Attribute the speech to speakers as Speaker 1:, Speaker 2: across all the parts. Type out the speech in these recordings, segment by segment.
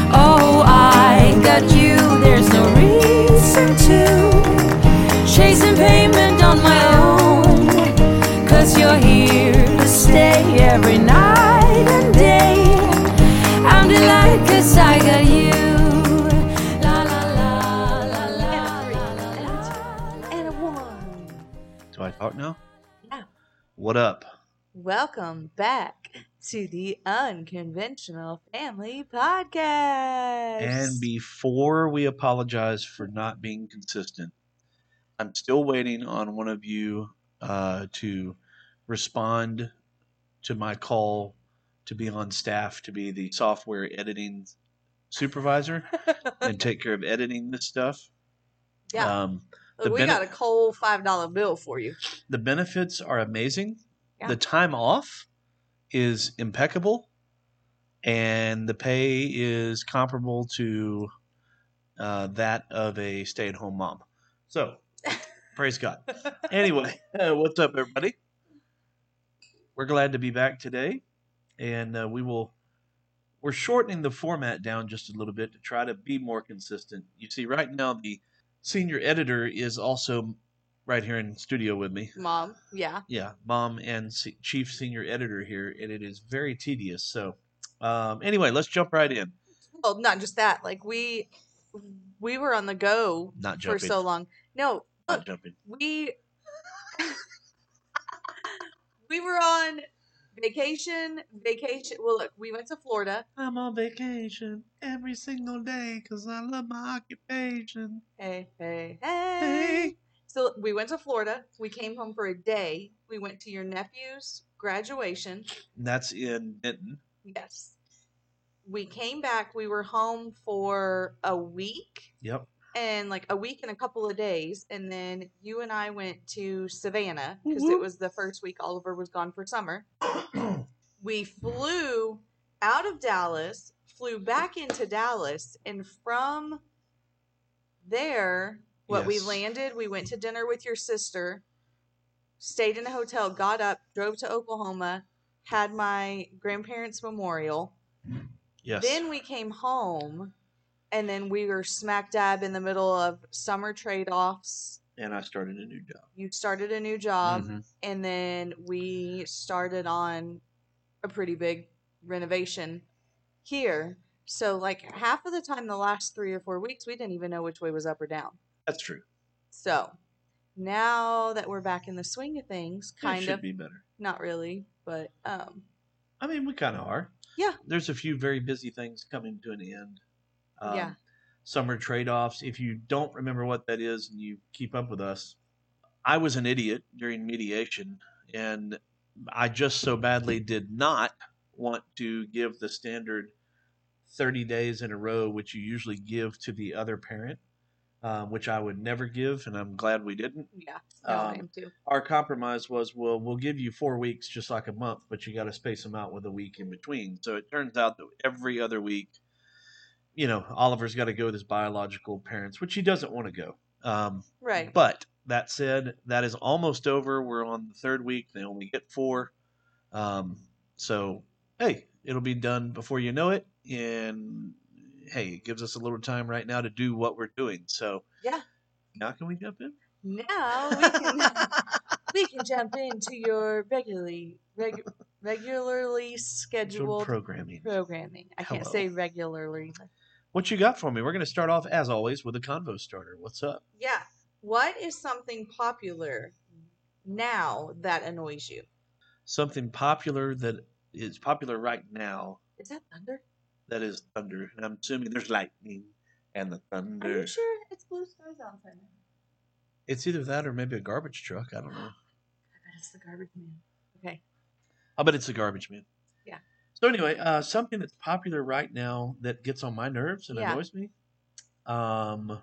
Speaker 1: Oh,
Speaker 2: What up?
Speaker 1: Welcome back to the Unconventional Family Podcast.
Speaker 2: And before we apologize for not being consistent, I'm still waiting on one of you uh, to respond to my call to be on staff to be the software editing supervisor and take care of editing this stuff.
Speaker 1: yeah,
Speaker 2: Um,
Speaker 1: look,
Speaker 2: the
Speaker 1: we
Speaker 2: bene-
Speaker 1: got a cold five dollar bill for you.
Speaker 2: the benefits are amazing.
Speaker 1: Yeah.
Speaker 2: The time off is impeccable, and the pay is comparable to uh, that of a stay-at-home mom. So, praise God. Anyway, uh, what's up, everybody? We're glad to be back today, and uh, we will. We're shortening the format down just a little bit to try to be more consistent. You see, right now the senior editor is also right here in studio with me
Speaker 1: Mom, yeah,
Speaker 2: yeah, mom and se- chief senior editor here, and it is very tedious. So, um, anyway, let's jump right in.
Speaker 1: well, not just that. Like we, we were on the go
Speaker 2: Not
Speaker 1: for
Speaker 2: jumping.
Speaker 1: so long. No,
Speaker 2: not jumping.
Speaker 1: we we were on vacation. Vacation. Well, look, we went to Florida,
Speaker 2: I'm on vacation every single day because I love my occupation.
Speaker 1: Hey, hey, hey. So we went to Florida. We came home for a day. We went to your nephew's graduation.
Speaker 2: And that's in Benton.
Speaker 1: Yes. We came back. We were home for a week
Speaker 2: Yep.
Speaker 1: and like a week and a couple of days. And then you and I went to Savannah because it
Speaker 2: Mhm.
Speaker 1: was the first week Oliver was gone for summer. We flew out of Dallas, flew back into Dallas, and from there, what we
Speaker 2: Yes.
Speaker 1: landed, we went to dinner with your sister, stayed in a hotel, got up, drove to Oklahoma, had my grandparents' memorial.
Speaker 2: yes.
Speaker 1: Then we came home, and then we were smack dab in the middle of summer trade offs.
Speaker 2: and I started a new job.
Speaker 1: You started a new job,
Speaker 2: Mhm.
Speaker 1: and then we started on a pretty big renovation here. So, like half of the time, the last three or four weeks, we didn't even know which way was up or down.
Speaker 2: That's true.
Speaker 1: So, now that we're back in the swing of things,
Speaker 2: it
Speaker 1: kind
Speaker 2: should
Speaker 1: of,
Speaker 2: be better.
Speaker 1: not really, but um,
Speaker 2: I mean, we kind of are.
Speaker 1: Yeah.
Speaker 2: There's a few very busy things coming to an end. Um,
Speaker 1: Yeah.
Speaker 2: Summer trade offs. If you don't remember what that is and you keep up with us, I was an idiot during mediation, and I just so badly did not want to give the standard 30 days in a row, which you usually give to the other parent, uh, which I would never give, and I'm glad we didn't
Speaker 1: yeah, no, I
Speaker 2: Um,
Speaker 1: am too.
Speaker 2: our compromise was well we'll give you four weeks just like a month but you got to space them out with a week in between so it turns out that every other week you know oliver's got to go with his biological parents which he doesn't want to go um,
Speaker 1: Right.
Speaker 2: but that said that is almost over we're on the third week they only get four um, so hey it'll be done before you know it and hey it gives us a little time right now to do what we're doing so
Speaker 1: Yeah.
Speaker 2: now can we jump in
Speaker 1: Now we can we can jump into your regularly reg, regularly scheduled
Speaker 2: programming
Speaker 1: programming. I can't
Speaker 2: Hello.
Speaker 1: say regularly.
Speaker 2: What you got for me? We're going to start off, as always, with a convo starter. What's up?
Speaker 1: Yeah. What is something popular now that annoys you?
Speaker 2: Something popular that is popular right now
Speaker 1: Is that thunder?
Speaker 2: that is thunder. And I'm assuming there's lightning and the
Speaker 1: Are
Speaker 2: thunder.
Speaker 1: you sure it's blue skies outside?
Speaker 2: It's either that or maybe a garbage truck. I don't know.
Speaker 1: That's the garbage man. Okay.
Speaker 2: I bet it's a garbage man.
Speaker 1: Yeah.
Speaker 2: So anyway, uh, something that's popular right now that gets on my nerves and
Speaker 1: Yeah.
Speaker 2: annoys me. Um.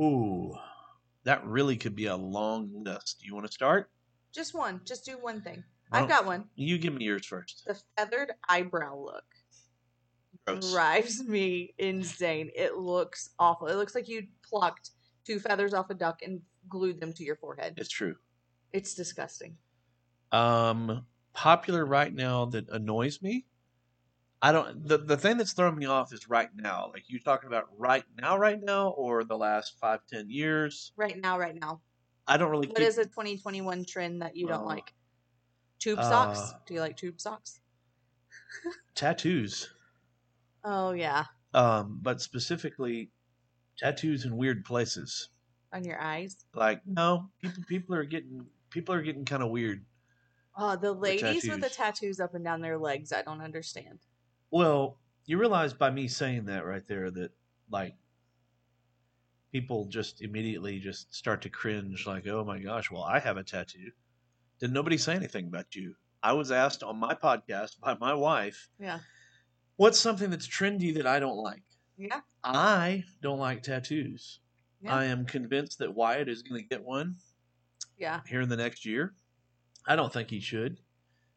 Speaker 2: Ooh, that really could be a long list. You want to start?
Speaker 1: Just one. Just do one thing.
Speaker 2: Why
Speaker 1: I've
Speaker 2: don't-
Speaker 1: got one.
Speaker 2: You give me yours first.
Speaker 1: The feathered eyebrow look
Speaker 2: Gross.
Speaker 1: drives me insane. It looks awful. It looks like you plucked two feathers off a duck and glued them to your forehead.
Speaker 2: It's true.
Speaker 1: It's disgusting.
Speaker 2: um popular right now that annoys me i don't the, the thing that's throwing me off is right now like you talking about right now right now or the last five ten years
Speaker 1: Right now, right now.
Speaker 2: i don't really
Speaker 1: What is a 2021 trend that you don't
Speaker 2: Uh,
Speaker 1: like? Tube socks.
Speaker 2: uh,
Speaker 1: Do you like tube socks?
Speaker 2: tattoos
Speaker 1: Oh yeah,
Speaker 2: um but specifically tattoos in weird places
Speaker 1: on your eyes.
Speaker 2: like no people people are getting people are getting kind of weird.
Speaker 1: Oh, the ladies with the
Speaker 2: tattoos.
Speaker 1: tattoos up and down their legs. I don't understand.
Speaker 2: Well, you realize by me saying that right there that like people just immediately just start to cringe like, "Oh my gosh, well I have a tattoo." Did nobody say anything about you? I was asked on my podcast by my wife,
Speaker 1: Yeah.
Speaker 2: "What's something that's trendy that I don't like?"
Speaker 1: Yeah.
Speaker 2: I don't like tattoos.
Speaker 1: Yeah.
Speaker 2: I am convinced that Wyatt is going to get one
Speaker 1: Yeah.
Speaker 2: here in the next year. I don't think he should,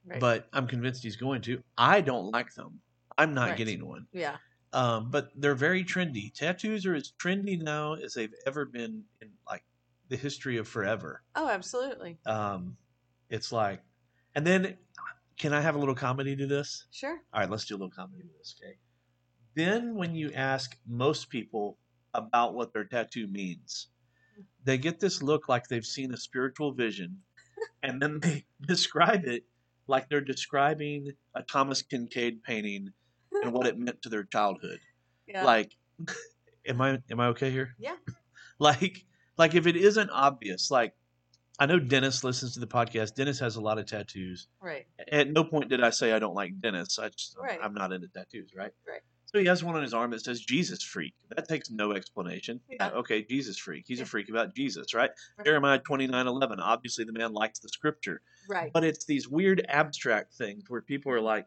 Speaker 1: Right.
Speaker 2: but I'm convinced he's going to. I don't like them. I'm not
Speaker 1: Right.
Speaker 2: getting one.
Speaker 1: yeah.
Speaker 2: Um, but they're very trendy. Tattoos are as trendy now as they've ever been in like the history of forever.
Speaker 1: Oh, absolutely.
Speaker 2: Um, it's like, and then can I have a little comedy to this?
Speaker 1: Sure.
Speaker 2: All right, let's do a little comedy with this, okay? Then when you ask most people about what their tattoo means, they get this look like they've seen a spiritual vision, and then they describe it like they're describing a Thomas Kincaid painting and what it meant to their childhood.
Speaker 1: Yeah.
Speaker 2: Like, am I am I okay here?
Speaker 1: Yeah.
Speaker 2: like, like if it isn't obvious, like I know Dennis listens to the podcast. Dennis has a lot of tattoos
Speaker 1: right.
Speaker 2: at no point did I say I don't like Dennis. I just
Speaker 1: Right.
Speaker 2: I'm not into tattoos, right?
Speaker 1: Right.
Speaker 2: So he has one on his arm that says Jesus freak. That takes no explanation. Uh,
Speaker 1: Yeah.
Speaker 2: Okay, Jesus freak. He's
Speaker 1: Yeah.
Speaker 2: a freak about Jesus, right?
Speaker 1: Right.
Speaker 2: Jeremiah 29:11. Obviously the man likes the scripture.
Speaker 1: Right.
Speaker 2: But it's these weird abstract things where people are like,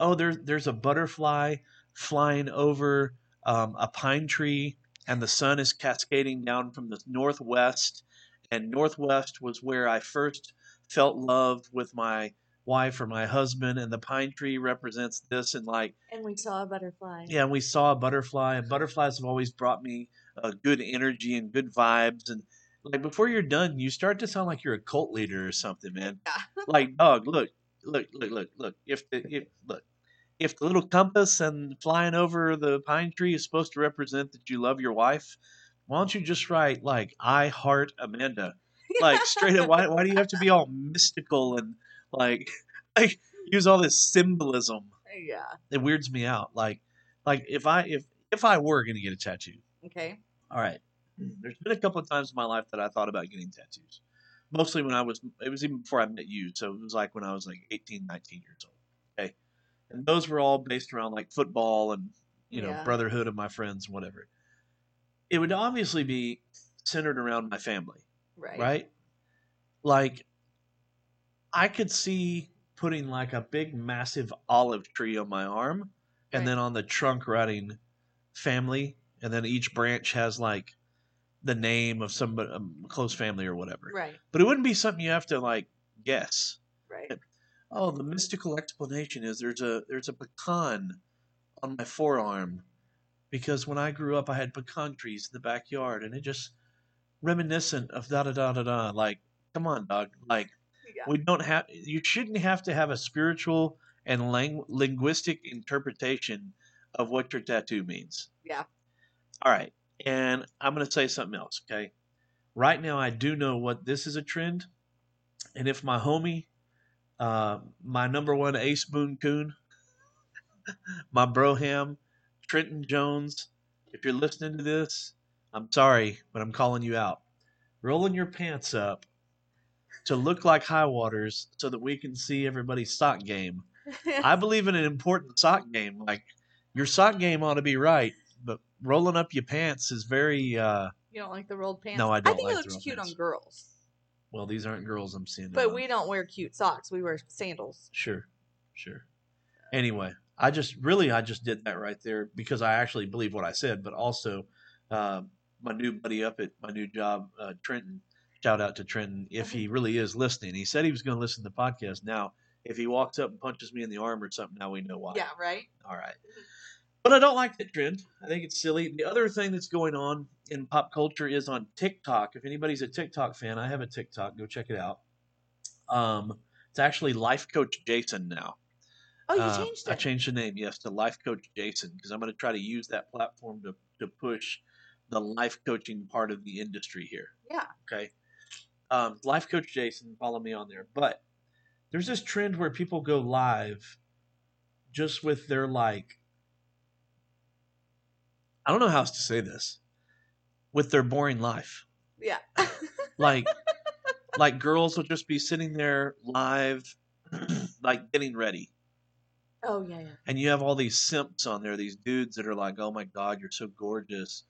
Speaker 2: "Oh, there's there's a butterfly flying over um, a pine tree and the sun is cascading down from the northwest and northwest was where I first felt love with my wife or my husband and the pine tree represents this and like
Speaker 1: And we saw a butterfly.
Speaker 2: yeah, and we saw a butterfly, and butterflies have always brought me uh, good energy and good vibes. And like before you're done, you start to sound like you're a cult leader or something, man.
Speaker 1: Yeah.
Speaker 2: like, dog, look, look, look, look, look. If the if look, if the little compass and flying over the pine tree is supposed to represent that you love your wife, why don't you just write like I heart Amanda? Like straight up, why why do you have to be all mystical and like like use all this symbolism?
Speaker 1: Yeah.
Speaker 2: it weirds me out. Like, like if I if if I were gonna get a tattoo,
Speaker 1: Okay.
Speaker 2: all right. There's been a couple of times in my life that I thought about getting tattoos. Mostly when I was, it was even before I met you. So it was like when I was like 18, 19 years old. Okay. And those were all based around like football and, you know,
Speaker 1: Yeah.
Speaker 2: brotherhood of my friends and whatever. It would obviously be centered around my family
Speaker 1: Right.
Speaker 2: right? Like, I could see putting like a big, massive olive tree on my arm, and
Speaker 1: Right.
Speaker 2: then on the trunk writing family, and then each branch has like the name of some um, close family or whatever.
Speaker 1: Right.
Speaker 2: But it wouldn't be something you have to like guess.
Speaker 1: Right.
Speaker 2: Oh, the mystical explanation is there's a there's a pecan on my forearm because when I grew up I had pecan trees in the backyard and it just reminiscent of da da da da da like come on dog like
Speaker 1: Yeah.
Speaker 2: we don't have you shouldn't have to have a spiritual and lang- linguistic interpretation of what your tattoo means.
Speaker 1: Yeah.
Speaker 2: All right. And I'm going to say something else, okay? Right now I do know what this is a trend and if my homie uh, my number one ace boon coon my broham trenton jones if you're listening to this i'm sorry but i'm calling you out rolling your pants up to look like high waters so that we can see everybody's sock game i believe in an important sock game like your sock game ought to be right but rolling up your pants is very uh
Speaker 1: you don't like the rolled pants?
Speaker 2: No, I
Speaker 1: I
Speaker 2: don't
Speaker 1: think it
Speaker 2: like the
Speaker 1: looks
Speaker 2: rolled
Speaker 1: cute
Speaker 2: pants.
Speaker 1: on girls,
Speaker 2: well these aren't girls i'm seeing
Speaker 1: but
Speaker 2: now.
Speaker 1: we don't wear cute socks. We wear sandals.
Speaker 2: Sure, sure. Anyway, I just really I just did that right there because I actually believe what I said, but also uh, my new buddy up at my new job, uh, Trenton. Shout out to Trenton if
Speaker 1: Uh-huh.
Speaker 2: he really is listening. He said he was going to listen to the podcast. Now, if he walks up and punches me in the arm or something, now we know why.
Speaker 1: Yeah. Right.
Speaker 2: All right. But I don't like that trend. I think it's silly. The other thing that's going on in pop culture is on TikTok. If anybody's a TikTok fan, I have a TikTok. Go check it out. Um, it's actually Life Coach Jason now.
Speaker 1: Oh, you
Speaker 2: Uh,
Speaker 1: changed it.
Speaker 2: I changed the name, yes, to Life Coach Jason because I'm going to try to use that platform to, to push the life coaching part of the industry here.
Speaker 1: Yeah.
Speaker 2: Okay. Um, life Coach Jason, follow me on there. But there's this trend where people go live just with their, like, I don't know how else to say this, with their boring life.
Speaker 1: Yeah.
Speaker 2: Like, like girls will just be sitting there live, like getting ready.
Speaker 1: Oh yeah, yeah.
Speaker 2: And you have all these simps on there, these dudes that are like, oh my God, you're so gorgeous.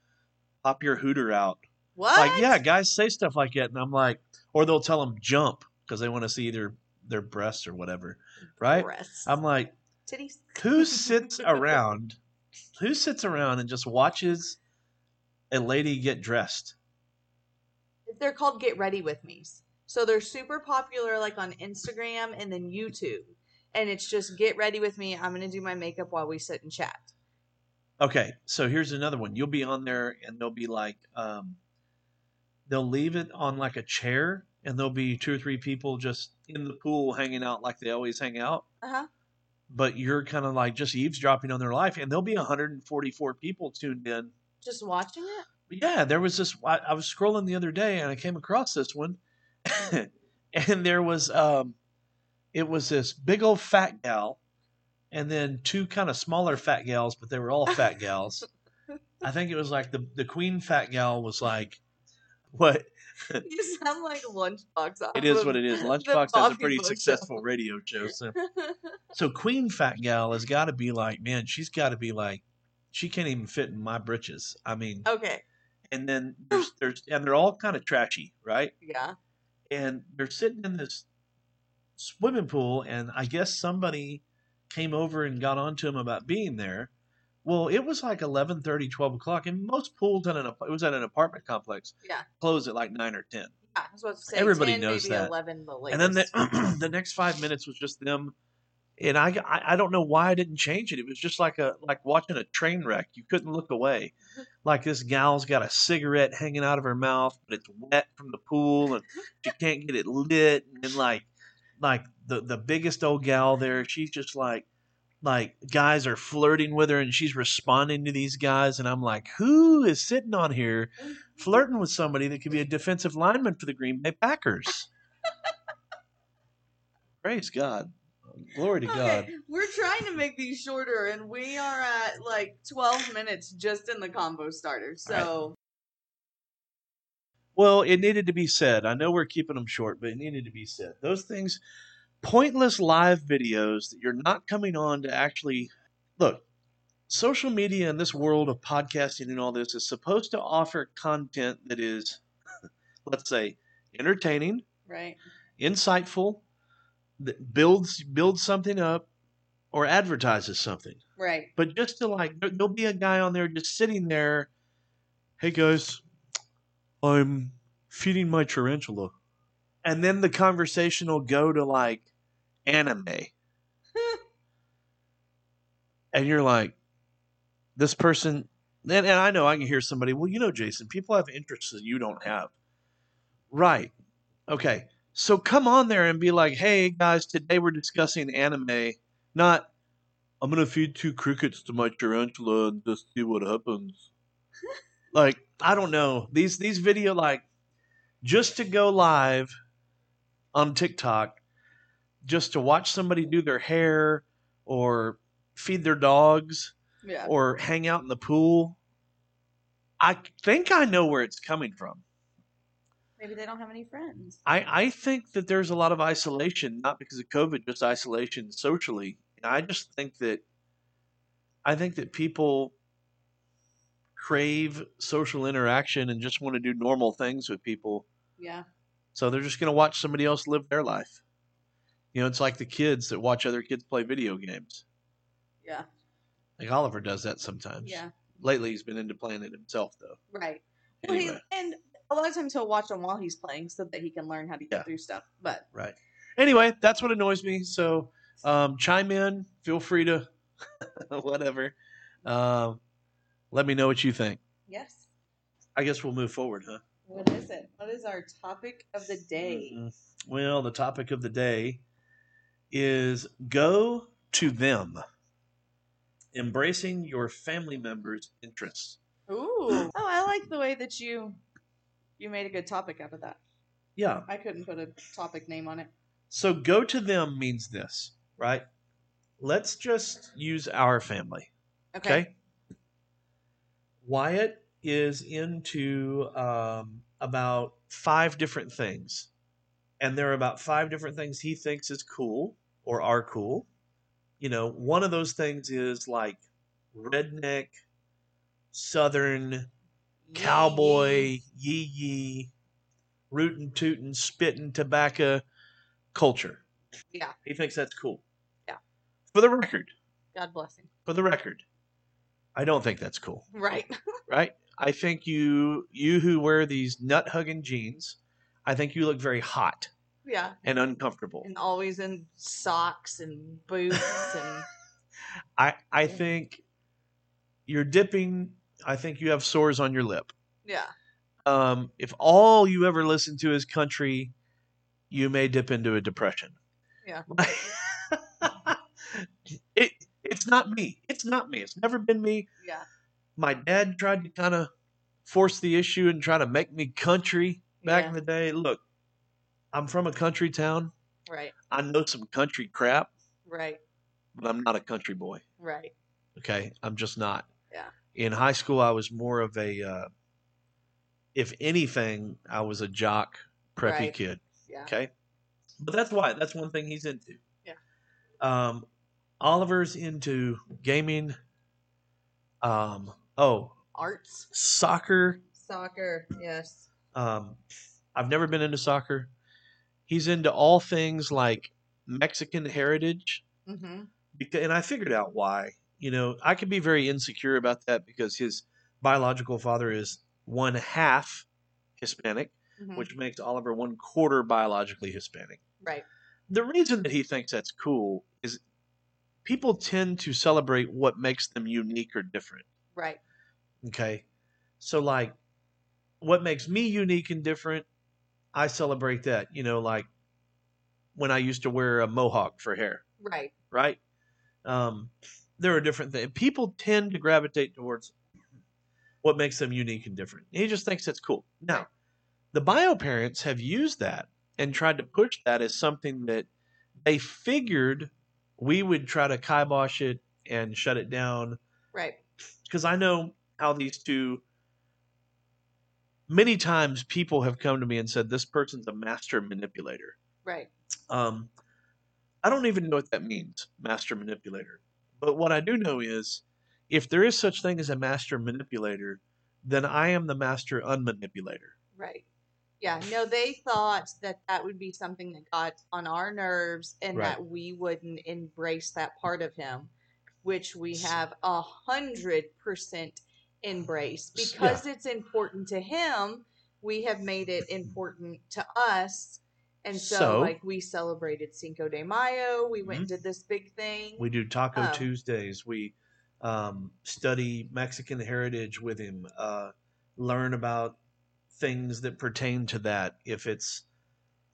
Speaker 2: Pop your hooter out.
Speaker 1: What?
Speaker 2: Like, yeah, guys say stuff like that. And I'm like, or they'll tell them jump because they want to see either their breasts or whatever. Right?
Speaker 1: Breasts.
Speaker 2: I'm like,
Speaker 1: Titties.
Speaker 2: who sits around? Who sits around and just watches a lady get dressed?
Speaker 1: They're called get ready with me's. So they're super popular, like on Instagram and then YouTube. And it's just get ready with me. I'm gonna do my makeup while we sit and chat.
Speaker 2: Okay, so here's another one. You'll be on there and they'll be like, um, they'll leave it on like a chair and there'll be two or three people just in the pool hanging out like they always hang out.
Speaker 1: Uh huh.
Speaker 2: But you're kind of like just eavesdropping on their life and there'll be 144 people tuned in.
Speaker 1: Just watching it.
Speaker 2: But yeah, there was this, I, I was scrolling the other day and I came across this one and there was, um, it was this big old fat gal and then two kind of smaller fat gals, but they were all fat gals. I think it was like the, the queen fat gal was like, what?
Speaker 1: You sound like Lunchbox.
Speaker 2: It is what it is. Lunchbox has a pretty successful radio show. So, so Queen Fat Gal has got to be like, man, she's got to be like, she can't even fit in my britches. I mean,
Speaker 1: okay.
Speaker 2: and then there's, there's and they're all kind of trashy, right?
Speaker 1: Yeah.
Speaker 2: And they're sitting in this swimming pool, and I guess somebody came over and got onto him about being there. Well, it was like 11, 12 o'clock, and most pools at an ap- it was at an apartment complex.
Speaker 1: Yeah.
Speaker 2: close at like nine or
Speaker 1: Yeah.
Speaker 2: ten.
Speaker 1: I was about to say,
Speaker 2: Everybody
Speaker 1: 10,
Speaker 2: knows
Speaker 1: maybe
Speaker 2: that.
Speaker 1: 11, the latest.
Speaker 2: and then the, the next five minutes was just them and I, I i don't know why i didn't change it it was just like a like watching a train wreck you couldn't look away like this gal's got a cigarette hanging out of her mouth but it's wet from the pool and she can't get it lit and then like like the the biggest old gal there she's just like like guys are flirting with her and she's responding to these guys and i'm like who is sitting on here flirting with somebody that could be a defensive lineman for the green bay packers Praise God. Glory to God.
Speaker 1: Okay, We're trying to make these shorter, and we are at like 12 minutes just in the combo starter. So,
Speaker 2: Well, it needed to be said. I know we're keeping them short, but it needed to be said. Those things, pointless live videos that you're not coming on to actually look. Social media in this world of podcasting and all this is supposed to offer content that is, let's say, entertaining,
Speaker 1: right?
Speaker 2: insightful, that builds builds something up, or advertises something.
Speaker 1: Right.
Speaker 2: But just to like, there, there'll be a guy on there just sitting there. Hey guys, I'm feeding my tarantula, and then the conversation will go to like anime, and you're like, this person. And, and I know I can hear somebody. Well, you know, Jason, people have interests that you don't have. Right. Okay. So come on there and be like, hey guys, today we're discussing anime, not I'm gonna feed two crickets to my tarantula and just see what happens. like I don't know these these video like just to go live on TikTok, just to watch somebody do their hair or feed their dogs
Speaker 1: Yeah.
Speaker 2: or hang out in the pool. I think I know where it's coming from.
Speaker 1: Maybe they don't have any friends.
Speaker 2: I, I think that there's a lot of isolation, not because of COVID, just isolation socially. And I just think that I think that people crave social interaction and just want to do normal things with people.
Speaker 1: Yeah.
Speaker 2: So they're just gonna watch somebody else live their life. You know, it's like the kids that watch other kids play video games.
Speaker 1: Yeah.
Speaker 2: Like Oliver does that sometimes.
Speaker 1: Yeah.
Speaker 2: Lately he's been into playing it himself though.
Speaker 1: Right. Well, he,
Speaker 2: Anyway.
Speaker 1: and a lot of times he'll watch them while he's playing so that he can learn how to get
Speaker 2: Yeah.
Speaker 1: through stuff. But
Speaker 2: Right. Anyway, that's what annoys me. So um, chime in. Feel free to whatever. Um, let me know what you think.
Speaker 1: yes.
Speaker 2: I guess we'll move forward, huh?
Speaker 1: What is it? What is our topic of the day?
Speaker 2: Mhm. Well, the topic of the day is go to them. Embracing your family members' interests.
Speaker 1: Ooh. Oh, I like the way that you you made a good topic out of that.
Speaker 2: Yeah.
Speaker 1: I couldn't put a topic name on it.
Speaker 2: So go to them means this, right? Let's just use our family. Okay. Wyatt is into um, about five different things. and there are about five different things he thinks is cool or are cool. You know, one of those things is like redneck, southern, cowboy, yee yee, rootin' tootin', spittin' tobacco culture.
Speaker 1: Yeah.
Speaker 2: He thinks that's cool.
Speaker 1: Yeah.
Speaker 2: For the record,
Speaker 1: God bless him.
Speaker 2: for the record, I don't think that's cool,
Speaker 1: Right.
Speaker 2: right? I think you you who wear these nut hugging jeans, I think you look very hot
Speaker 1: yeah.
Speaker 2: and uncomfortable.
Speaker 1: And always in socks and boots and
Speaker 2: I I think you're dipping. I think you have sores on your lip.
Speaker 1: yeah.
Speaker 2: Um, if all you ever listen to is country, you may dip into a depression.
Speaker 1: Yeah.
Speaker 2: it it's not me. It's not me. It's never been me.
Speaker 1: Yeah.
Speaker 2: my dad tried to kind of force the issue and try to make me country back
Speaker 1: Yeah.
Speaker 2: in the day. Look, I'm from a country town.
Speaker 1: Right.
Speaker 2: I know some country crap,
Speaker 1: Right.
Speaker 2: but I'm not a country boy.
Speaker 1: Right.
Speaker 2: Okay, I'm just not.
Speaker 1: Yeah.
Speaker 2: In high school, I was more of a, uh, if anything, I was a jock, preppy
Speaker 1: Right.
Speaker 2: kid.
Speaker 1: Yeah.
Speaker 2: Okay. But that's why. That's one thing he's into.
Speaker 1: Yeah.
Speaker 2: Um, Oliver's into gaming. Um, oh,
Speaker 1: Arts.
Speaker 2: soccer,
Speaker 1: Soccer. Yes.
Speaker 2: Um, I've never been into soccer. He's into all things like Mexican heritage,
Speaker 1: Mm-hmm.
Speaker 2: beca- and I figured out why. You know, I could be very insecure about that because his biological father is one half Hispanic,
Speaker 1: mm-hmm. Hmm.
Speaker 2: which makes Oliver one quarter biologically Hispanic.
Speaker 1: right.
Speaker 2: The reason that he thinks that's cool is people tend to celebrate what makes them unique or different.
Speaker 1: Right.
Speaker 2: Okay. So like what makes me unique and different, I celebrate that. You know, like when I used to wear a mohawk for hair,
Speaker 1: Right.
Speaker 2: right? Um there are different things. People tend to gravitate towards what makes them unique and different. He just thinks that's cool. Now, the bio parents have used that and tried to push that as something that they figured we would try to kibosh it and shut it down
Speaker 1: Right.
Speaker 2: because I know how these two. Many times, people have come to me and said, "This person's a master manipulator."
Speaker 1: Right.
Speaker 2: Um, I don't even know what that means, master manipulator. But what I do know is, if there is such thing as a master manipulator, then I am the master unmanipulator.
Speaker 1: Right. Yeah. No, they thought that that would be something that got on our nerves and
Speaker 2: Right.
Speaker 1: that we wouldn't embrace that part of him, which we
Speaker 2: S-
Speaker 1: have a hundred percent embraced because it's important to him. We have made it important to us. And so,
Speaker 2: So- Mm-hmm.
Speaker 1: like, we celebrated Cinco de Mayo. We went and did this big thing.
Speaker 2: We do Taco
Speaker 1: Oh.
Speaker 2: Tuesdays. We um, study Mexican heritage with him. Uh, learn about things that pertain to that. If it's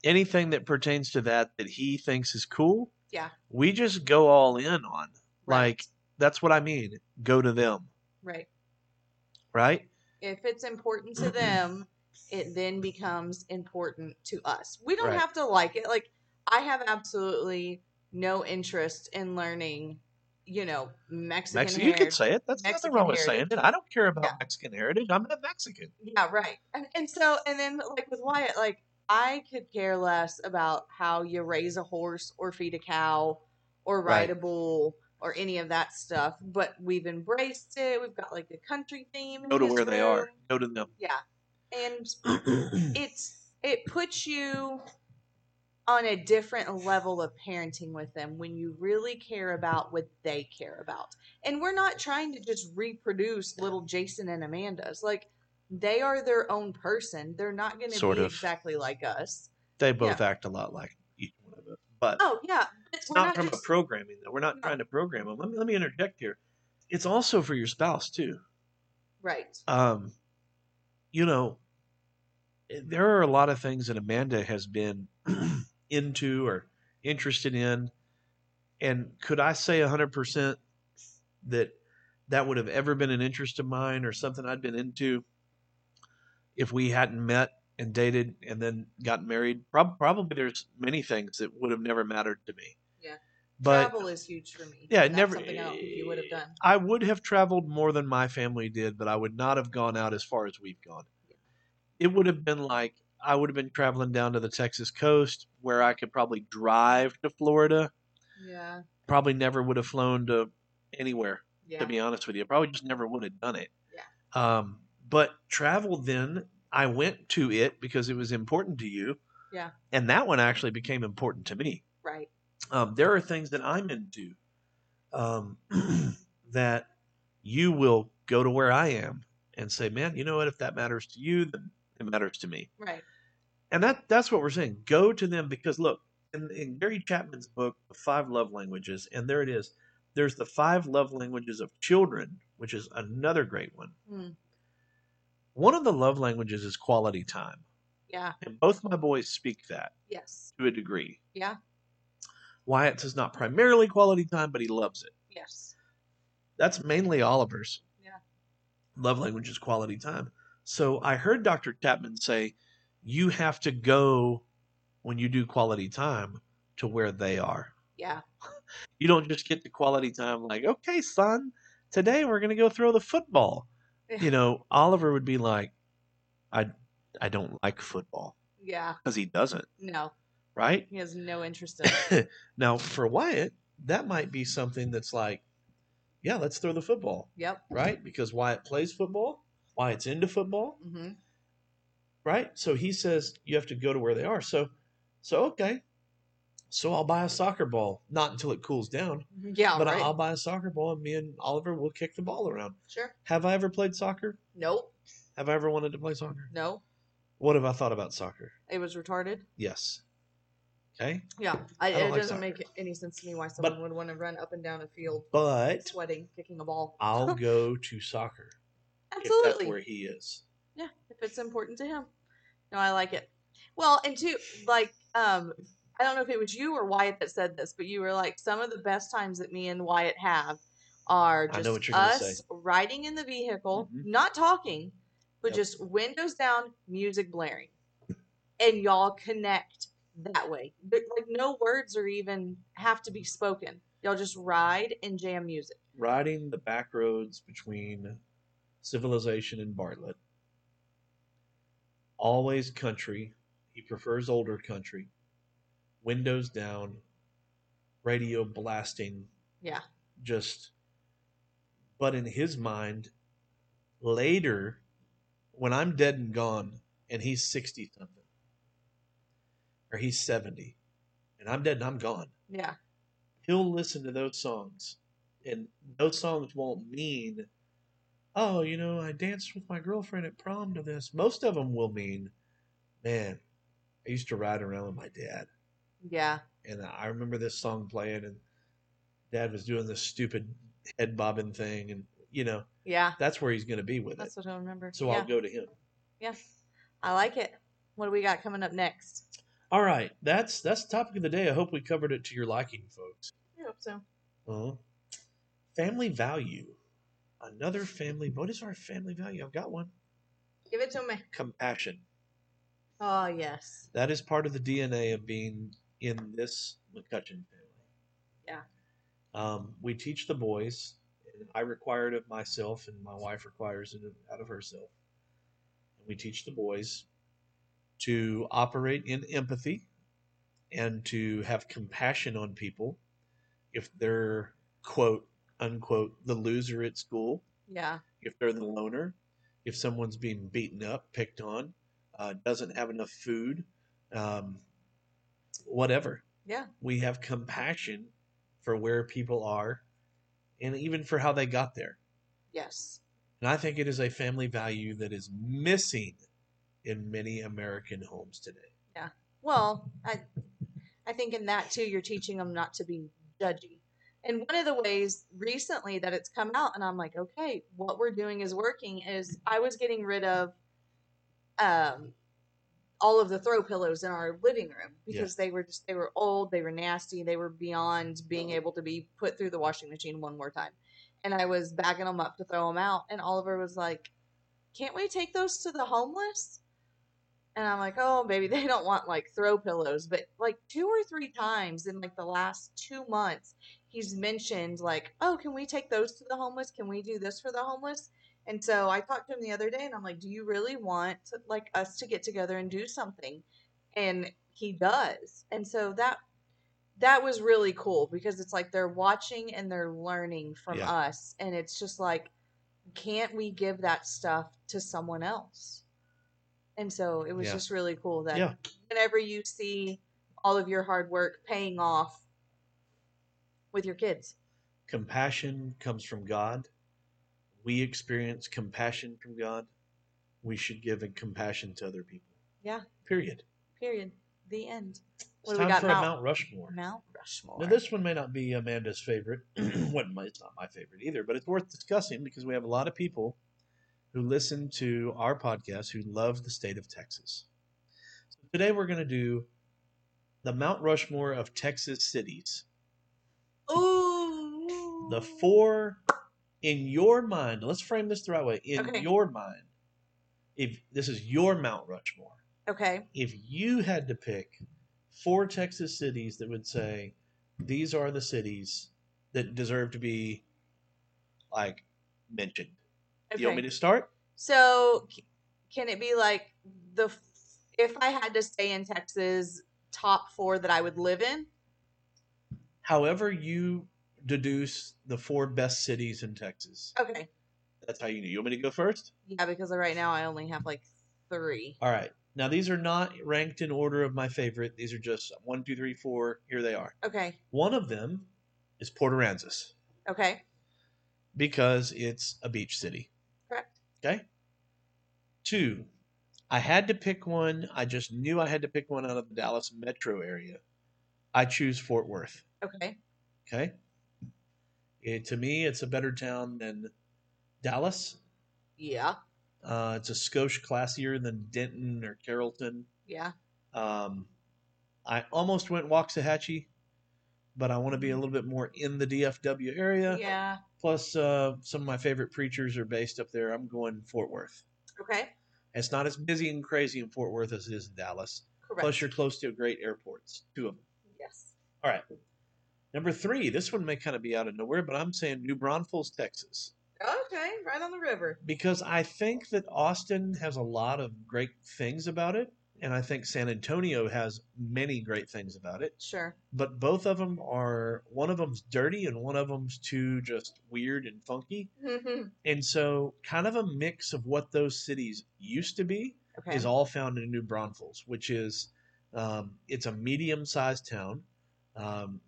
Speaker 2: anything that pertains to that that he thinks is cool,
Speaker 1: Yeah.
Speaker 2: we just go all in on.
Speaker 1: right.
Speaker 2: Like that's what I mean. Go to them,
Speaker 1: Right.
Speaker 2: right?
Speaker 1: if it's important to them, it then becomes important to us. We don't
Speaker 2: Right.
Speaker 1: have to like it. Like I have absolutely no interest in learning, you know, Mexican.
Speaker 2: Mexican, you can
Speaker 1: heritage.
Speaker 2: say it. That's
Speaker 1: Mexican
Speaker 2: nothing wrong with
Speaker 1: heritage.
Speaker 2: saying it. I don't care about
Speaker 1: Yeah.
Speaker 2: Mexican heritage. I'm not Mexican.
Speaker 1: Yeah, right. And, and so, and then like with Wyatt, like I could care less about how you raise a horse or feed a cow or ride
Speaker 2: Right.
Speaker 1: a bull or any of that stuff. But we've embraced it. We've got like a country theme. in
Speaker 2: Go to
Speaker 1: his
Speaker 2: where they are.
Speaker 1: room.
Speaker 2: Go to them.
Speaker 1: Yeah, and it's it puts you on a different level of parenting with them when you really care about what they care about. And we're not trying to just reproduce little Jason and Amanda's. Like they are their own person. They're not going to
Speaker 2: Sort
Speaker 1: be
Speaker 2: of.
Speaker 1: exactly like us.
Speaker 2: they both act a lot like each one of us, but
Speaker 1: Oh yeah, but
Speaker 2: it's
Speaker 1: we're
Speaker 2: not, from
Speaker 1: just-
Speaker 2: a programming though. We're not
Speaker 1: No.
Speaker 2: trying to program them. Let me let me interject here. It's also for your spouse too.
Speaker 1: right.
Speaker 2: Um, you know, eh, there are a lot of things that Amanda has been into or interested in, and could I say hundred percent that that would have ever been an interest of mine or something I'd been into if we hadn't met and dated and then got married? Prob- probably there's many things that would have never mattered to me.
Speaker 1: Yeah.
Speaker 2: but
Speaker 1: Travel is huge for me.
Speaker 2: yeah, it
Speaker 1: That's
Speaker 2: never.
Speaker 1: something I don't think you would have done.
Speaker 2: I would have traveled more than my family did, but I would not have gone out as far as we've gone. It would have been like I would have been traveling down to the Texas coast where I could probably drive to Florida.
Speaker 1: Yeah.
Speaker 2: Probably never would have flown to anywhere,
Speaker 1: Yeah.
Speaker 2: to be honest with you. Probably just never would have done it.
Speaker 1: Yeah.
Speaker 2: Um, but travel then, I went to it because it was important to you.
Speaker 1: Yeah.
Speaker 2: And that one actually became important to me.
Speaker 1: right.
Speaker 2: Um, there are things that I'm into um, that you will go to where I am and say, man, you know what? If that matters to you, then it matters to me
Speaker 1: Right.
Speaker 2: and that that's what we're saying. Go to them because look, in, in Gary Chapman's book, The Five Love Languages, and there it is. There's the five love languages of children, which is another great one.
Speaker 1: Hmm.
Speaker 2: One of the love languages is quality time,
Speaker 1: Yeah.
Speaker 2: and both my boys speak that
Speaker 1: Yes.
Speaker 2: to a degree.
Speaker 1: Yeah.
Speaker 2: Wyatt's is not primarily quality time, but he loves it.
Speaker 1: Yes.
Speaker 2: That's mainly Oliver's.
Speaker 1: Yeah.
Speaker 2: Love language is quality time. So I heard Dr. Chapman say, you have to go when you do quality time to where they are.
Speaker 1: Yeah.
Speaker 2: You don't just get to quality time like, okay, son, today we're going to go throw the football.
Speaker 1: Yeah.
Speaker 2: You know, Oliver would be like, I, I don't like football
Speaker 1: Yeah.
Speaker 2: because he doesn't,
Speaker 1: No.
Speaker 2: right?
Speaker 1: He has no interest in it.
Speaker 2: now, for Wyatt, that might be something that's like, yeah, let's throw the football
Speaker 1: yep.
Speaker 2: right? Because Wyatt plays football, Wyatt's into football,
Speaker 1: Mm-hmm.
Speaker 2: right? So he says you have to go to where they are. So, so okay, so I'll buy a soccer ball. Not until it cools down,
Speaker 1: Yeah.
Speaker 2: but I-
Speaker 1: right.
Speaker 2: I'll buy a soccer ball, and me and Oliver will kick the ball around.
Speaker 1: sure.
Speaker 2: Have I ever played soccer?
Speaker 1: Nope.
Speaker 2: Have I ever wanted to play soccer?
Speaker 1: No.
Speaker 2: What have I thought about soccer?
Speaker 1: It was retarded.
Speaker 2: Yes. Okay,
Speaker 1: Yeah. I,
Speaker 2: don't
Speaker 1: it
Speaker 2: like
Speaker 1: doesn't
Speaker 2: soccer.
Speaker 1: make any sense to me why someone would want to run up and down a field
Speaker 2: but
Speaker 1: sweating, kicking a ball.
Speaker 2: I'll go to soccer if that's
Speaker 1: Absolutely.
Speaker 2: where he is.
Speaker 1: Yeah, if it's important to him. No, I like it. Well, and two, like, um, I don't know if it was you or Wyatt that said this, but you were like, some of the best times that me and Wyatt have are
Speaker 2: I know
Speaker 1: just
Speaker 2: what you're gonna
Speaker 1: us
Speaker 2: say.
Speaker 1: riding in the vehicle,
Speaker 2: Mhm.
Speaker 1: not talking, but
Speaker 2: Yep.
Speaker 1: just windows down, music blaring, and y'all connect that way. But, like, no words or even have to be spoken. Y'all just ride and jam music.
Speaker 2: riding the back roads between civilization and Bartlett. Always country. He prefers older country. Windows down, radio blasting.
Speaker 1: Yeah.
Speaker 2: Just, but in his mind, later, when I'm dead and gone, and he's 60 something, or he's 70, and I'm dead and I'm gone
Speaker 1: Yeah,
Speaker 2: he'll listen to those songs and those songs won't mean oh you know i danced with my girlfriend at prom to this most of them will mean man i used to ride around with my dad
Speaker 1: yeah,
Speaker 2: and i remember this song playing and dad was doing this stupid head bobbing thing and you know
Speaker 1: yeah.
Speaker 2: that's where he's going to be with it
Speaker 1: That's what I remember.
Speaker 2: so
Speaker 1: yeah.
Speaker 2: i'll go to him
Speaker 1: Yeah, I like it. What do we got coming up next?
Speaker 2: all right that's that's the topic of the day i hope we covered it to your liking folks
Speaker 1: I hope so.
Speaker 2: Uh-huh. Family value. Another family. What is our family value? I've got one.
Speaker 1: Give it to me.
Speaker 2: Compassion.
Speaker 1: Oh yes,
Speaker 2: That is part of the DNA of being in this McCutcheon family.
Speaker 1: Yeah.
Speaker 2: Um, we teach the boys, and I require it of myself, and my wife requires it of- out of herself. And we teach the boys to operate in empathy and to have compassion on people if they're, quote, unquote, the loser at school
Speaker 1: yeah,
Speaker 2: if they're the loner, if someone's being beaten up, picked on, uh, doesn't have enough food, um, whatever.
Speaker 1: Yeah.
Speaker 2: We have compassion for where people are and even for how they got there.
Speaker 1: yes,
Speaker 2: And I think it is a family value that is missing in many American homes today.
Speaker 1: yeah. Well, I, I think in that too, you're teaching them not to be judgy. And one of the ways recently that it's come out, and I'm like, okay, what we're doing is working. Is I was getting rid of, um, all of the throw pillows in our living room
Speaker 2: Yeah.
Speaker 1: because they were just they were old, they were nasty, they were beyond being able to be put through the washing machine one more time. And I was bagging them up to throw them out, and Oliver was like, "Can't we take those to the homeless?" And I'm like, "Oh, baby, they don't want like throw pillows." But like two or three times in like the last two months, he's mentioned like, "Oh, can we take those to the homeless? Can we do this for the homeless?" And so I talked to him the other day and I'm like, "Do you really want like us to get together and do something?" And he does. And so that that was really cool because it's like they're watching and they're learning from
Speaker 2: Yeah.
Speaker 1: us and it's just like can't we give that stuff to someone else? And so it was
Speaker 2: Yeah.
Speaker 1: just really cool that
Speaker 2: Yeah.
Speaker 1: whenever you see all of your hard work paying off with your kids.
Speaker 2: Compassion comes from God. We experience compassion from God. We should give compassion to other people.
Speaker 1: Yeah.
Speaker 2: Period.
Speaker 1: Period. The end.
Speaker 2: It's
Speaker 1: What do we
Speaker 2: time
Speaker 1: got
Speaker 2: for
Speaker 1: now?
Speaker 2: a Mount Rushmore.
Speaker 1: Mount Rushmore.
Speaker 2: Now, this one may not be Amanda's favorite. what my, it's not my favorite either, but it's worth discussing because we have a lot of people who listen to our podcast who love the state of Texas. So today we're going to do the Mount Rushmore of Texas cities.
Speaker 1: Ooh.
Speaker 2: The four in your mind. Let's frame this the right way. In
Speaker 1: Okay.
Speaker 2: your mind, if this is your Mount Rushmore,
Speaker 1: Okay.
Speaker 2: if you had to pick four Texas cities that would say these are the cities that deserve to be like mentioned,
Speaker 1: Okay.
Speaker 2: do you want me to start?
Speaker 1: So, c- can it be like the f- if I had to stay in Texas, top four that I would live in?
Speaker 2: However, you deduce the four best cities in Texas.
Speaker 1: Okay.
Speaker 2: That's how you know. You want me to go first?
Speaker 1: Yeah, because right now I only have like three.
Speaker 2: All right. Now these are not ranked in order of my favorite. These are just one, two, three, four. Here they are.
Speaker 1: Okay.
Speaker 2: One of them is Port Aransas
Speaker 1: Okay.
Speaker 2: because it's a beach city.
Speaker 1: Correct.
Speaker 2: Okay. Two, I had to pick one. I just knew I had to pick one out of the Dallas metro area. I choose Fort Worth.
Speaker 1: Okay.
Speaker 2: Okay. It, to me, it's a better town than Dallas.
Speaker 1: Yeah.
Speaker 2: Uh, it's a skosh classier than Denton or Carrollton.
Speaker 1: Yeah.
Speaker 2: Um, I almost went Waxahachie, but I want to be a little bit more in the DFW area.
Speaker 1: Yeah.
Speaker 2: Plus, uh, some of my favorite preachers are based up there. I'm going Fort Worth.
Speaker 1: Okay.
Speaker 2: It's not as busy and crazy in Fort Worth as it is in Dallas.
Speaker 1: Correct.
Speaker 2: Plus, you're close to great airports, two of them.
Speaker 1: yes.
Speaker 2: All right. Number three, this one may kind of be out of nowhere, but I'm saying New Braunfels, Texas,
Speaker 1: Okay. Right on the river.
Speaker 2: because I think that Austin has a lot of great things about it, and I think San Antonio has many great things about it.
Speaker 1: Sure.
Speaker 2: But both of them are one of them's dirty and one of them's too just weird and funky.
Speaker 1: okay.
Speaker 2: And so, kind of a mix of what those cities used to be is all found in New Braunfels, which is um, it's a medium-sized town, um,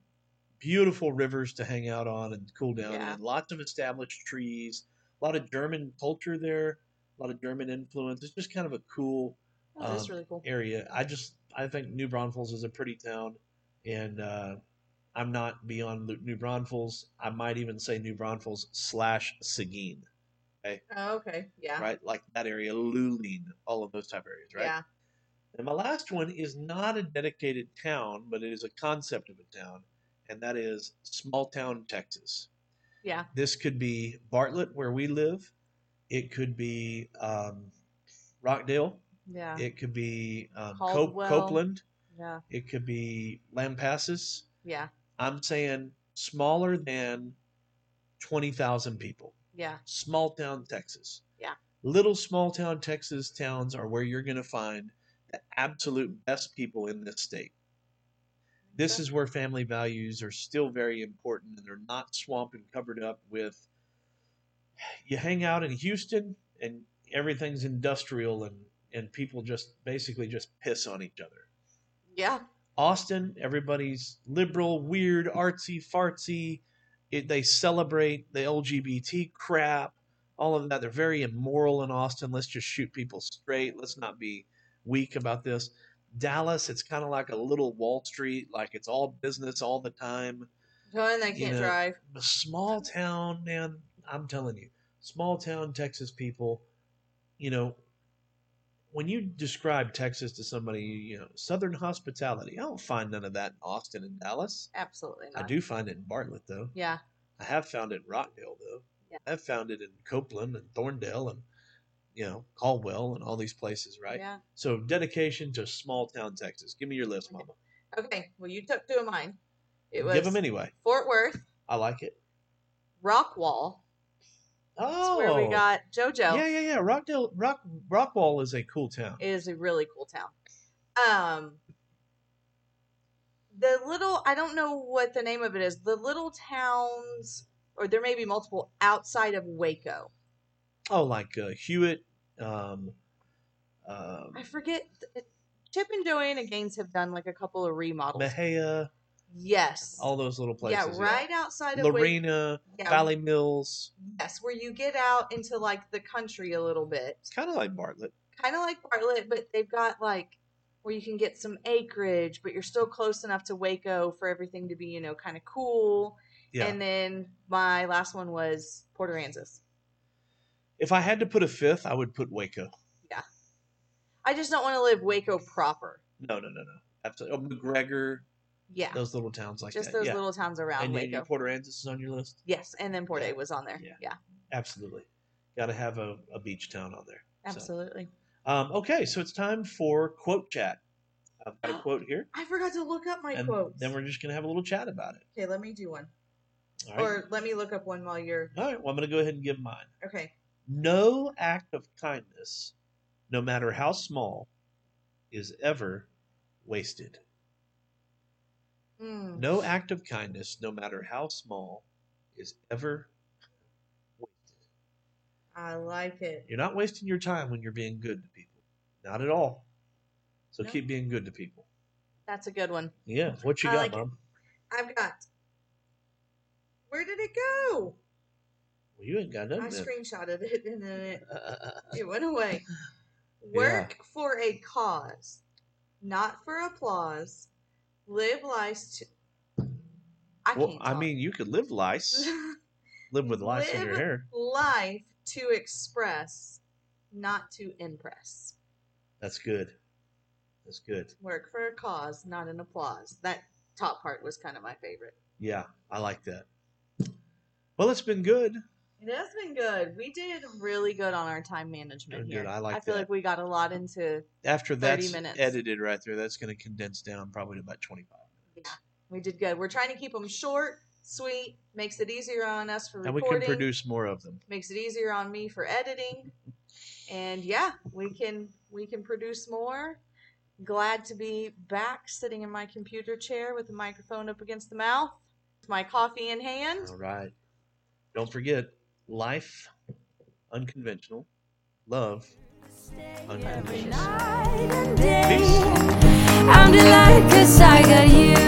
Speaker 2: beautiful rivers to hang out on and cool down,
Speaker 1: Yeah.
Speaker 2: and lots of established trees, a lot of German culture there, a lot of German influence. It's just kind of a cool
Speaker 1: Oh, that's
Speaker 2: um,
Speaker 1: really cool.
Speaker 2: area. I just I think New Braunfels is a pretty town, and uh, I'm not beyond Lu- New Braunfels. I might even say New Braunfels slash Seguin,
Speaker 1: Oh, okay. Yeah.
Speaker 2: right? Like that area, Luling, all of those type areas, right?
Speaker 1: Yeah.
Speaker 2: And my last one is not a dedicated town, but it is a concept of a town, and that is small town Texas.
Speaker 1: Yeah.
Speaker 2: This could be Bartlett, where we live. It could be um, Rockdale.
Speaker 1: Yeah.
Speaker 2: It could be um, Cop-
Speaker 1: Caldwell.
Speaker 2: Copeland.
Speaker 1: Yeah.
Speaker 2: It could be Lampasas.
Speaker 1: Yeah.
Speaker 2: I'm saying smaller than 20,000 people.
Speaker 1: Yeah.
Speaker 2: Small town Texas.
Speaker 1: Yeah.
Speaker 2: Little small town Texas towns are where you're going to find the absolute best people in this state. This
Speaker 1: Okay.
Speaker 2: is where family values are still very important and they're not swamped and covered up with. You hang out in Houston and everything's industrial and, and people just basically just piss on each other.
Speaker 1: Yeah.
Speaker 2: Austin, everybody's liberal, weird, artsy, fartsy. It, they celebrate the LGBT crap, all of that. They're very immoral in Austin. Let's just shoot people straight. Let's not be weak about this. Dallas, it's kind of like a little Wall Street, like it's all business all the time.
Speaker 1: Oh, and they can't
Speaker 2: You know,
Speaker 1: drive.
Speaker 2: But small town, man, I'm telling you, small town Texas people, you know, when you describe Texas to somebody, you know, Southern hospitality, I don't find none of that in Austin and Dallas.
Speaker 1: Absolutely
Speaker 2: I
Speaker 1: not.
Speaker 2: do find it in Bartlett, though.
Speaker 1: Yeah.
Speaker 2: I have found it in Rockdale, though.
Speaker 1: Yeah.
Speaker 2: I've found it in Copeland and Thorndale and, you know, Caldwell and all these places, right?
Speaker 1: Yeah.
Speaker 2: So, dedication to small town Texas. Give me your list, Mama.
Speaker 1: Okay. Well, you took two of mine. It
Speaker 2: Give
Speaker 1: was
Speaker 2: 'em Give them anyway.
Speaker 1: Fort Worth,
Speaker 2: I like it.
Speaker 1: Rockwall, That's
Speaker 2: Oh,
Speaker 1: where we got JoJo.
Speaker 2: Yeah, yeah, yeah. Rockdale, Rock, Rockwall is a cool town.
Speaker 1: It is a really cool town. Um, the little I don't know what the name of it is. The little towns, or there may be multiple outside of Waco.
Speaker 2: Oh, like uh, Hewitt. Um, um,
Speaker 1: I forget. Chip and Joanna Gaines have done like a couple of remodels.
Speaker 2: Mahia,
Speaker 1: Yes.
Speaker 2: all those little places.
Speaker 1: yeah, right outside of Waco.
Speaker 2: Lorena,
Speaker 1: Yeah,
Speaker 2: Valley Mills.
Speaker 1: Yes, where you get out into like the country a little bit.
Speaker 2: It's kind of like Bartlett.
Speaker 1: kind of like Bartlett, but they've got like where you can get some acreage, but you're still close enough to Waco for everything to be, you know, kind of cool.
Speaker 2: Yeah.
Speaker 1: And then my last one was Port Aransas.
Speaker 2: if I had to put a fifth, I would put Waco.
Speaker 1: I just don't want to live Waco proper.
Speaker 2: No, no, no, no. Absolutely. Oh, McGregor,
Speaker 1: Yeah.
Speaker 2: those little towns like
Speaker 1: just
Speaker 2: that.
Speaker 1: those
Speaker 2: yeah.
Speaker 1: little towns around
Speaker 2: and
Speaker 1: Waco.
Speaker 2: then Port Aransas is on your list.
Speaker 1: yes. And then Port
Speaker 2: Yeah.
Speaker 1: A was on there. Yeah.
Speaker 2: Yeah. Absolutely. Got to have a, a beach town on there. So,
Speaker 1: absolutely.
Speaker 2: Um, okay, so it's time for quote chat. I've got a quote here,
Speaker 1: I forgot to look up my
Speaker 2: and
Speaker 1: quotes.
Speaker 2: then we're just gonna have a little chat about it.
Speaker 1: okay, let me do one.
Speaker 2: All right.
Speaker 1: Or let me look up one while you're.
Speaker 2: All right. Well, I'm gonna go ahead and give mine.
Speaker 1: Okay.
Speaker 2: No act of kindness, no matter how small, is ever wasted.
Speaker 1: Mm.
Speaker 2: No act of kindness, no matter how small, is ever wasted.
Speaker 1: I like it.
Speaker 2: You're not wasting your time when you're being good to people. Not at all. So
Speaker 1: No.
Speaker 2: keep being good to people.
Speaker 1: That's a good one.
Speaker 2: Yeah. What you
Speaker 1: I
Speaker 2: got,
Speaker 1: like it.
Speaker 2: Mom?
Speaker 1: I've got. Where did it go?
Speaker 2: Well, you ain't got
Speaker 1: I
Speaker 2: nothing.
Speaker 1: screenshotted it and then it,
Speaker 2: Uh, uh, uh, uh.
Speaker 1: it went away. Work for a cause, not for applause. Live lives to. I
Speaker 2: uh, well,
Speaker 1: can't.
Speaker 2: I
Speaker 1: talk.
Speaker 2: mean, you could live lice, live with lice in your
Speaker 1: Live-
Speaker 2: hair.
Speaker 1: life to express, not to impress.
Speaker 2: That's good. That's good.
Speaker 1: Work for a cause, not an applause. That top part was kind of my favorite.
Speaker 2: Yeah, I like that. Well, it's been good.
Speaker 1: It has been good. We did really good on our time management
Speaker 2: Doing
Speaker 1: here.
Speaker 2: good. I like
Speaker 1: I feel
Speaker 2: that.
Speaker 1: like we got a lot into.
Speaker 2: After
Speaker 1: 30
Speaker 2: that's
Speaker 1: minutes.
Speaker 2: edited right there, that's going to condense down probably to about 25.
Speaker 1: We did good. We're trying to keep them short, sweet. Makes it easier on us for
Speaker 2: And we
Speaker 1: recording.
Speaker 2: can produce more of them.
Speaker 1: Makes it easier on me for editing. And yeah, we can we can produce more. Glad to be back, sitting in my computer chair with the microphone up against the mouth, with my coffee in hand.
Speaker 2: All right. Don't forget life unconventional, love unconditional.
Speaker 3: I'm delighted 'cause I got you.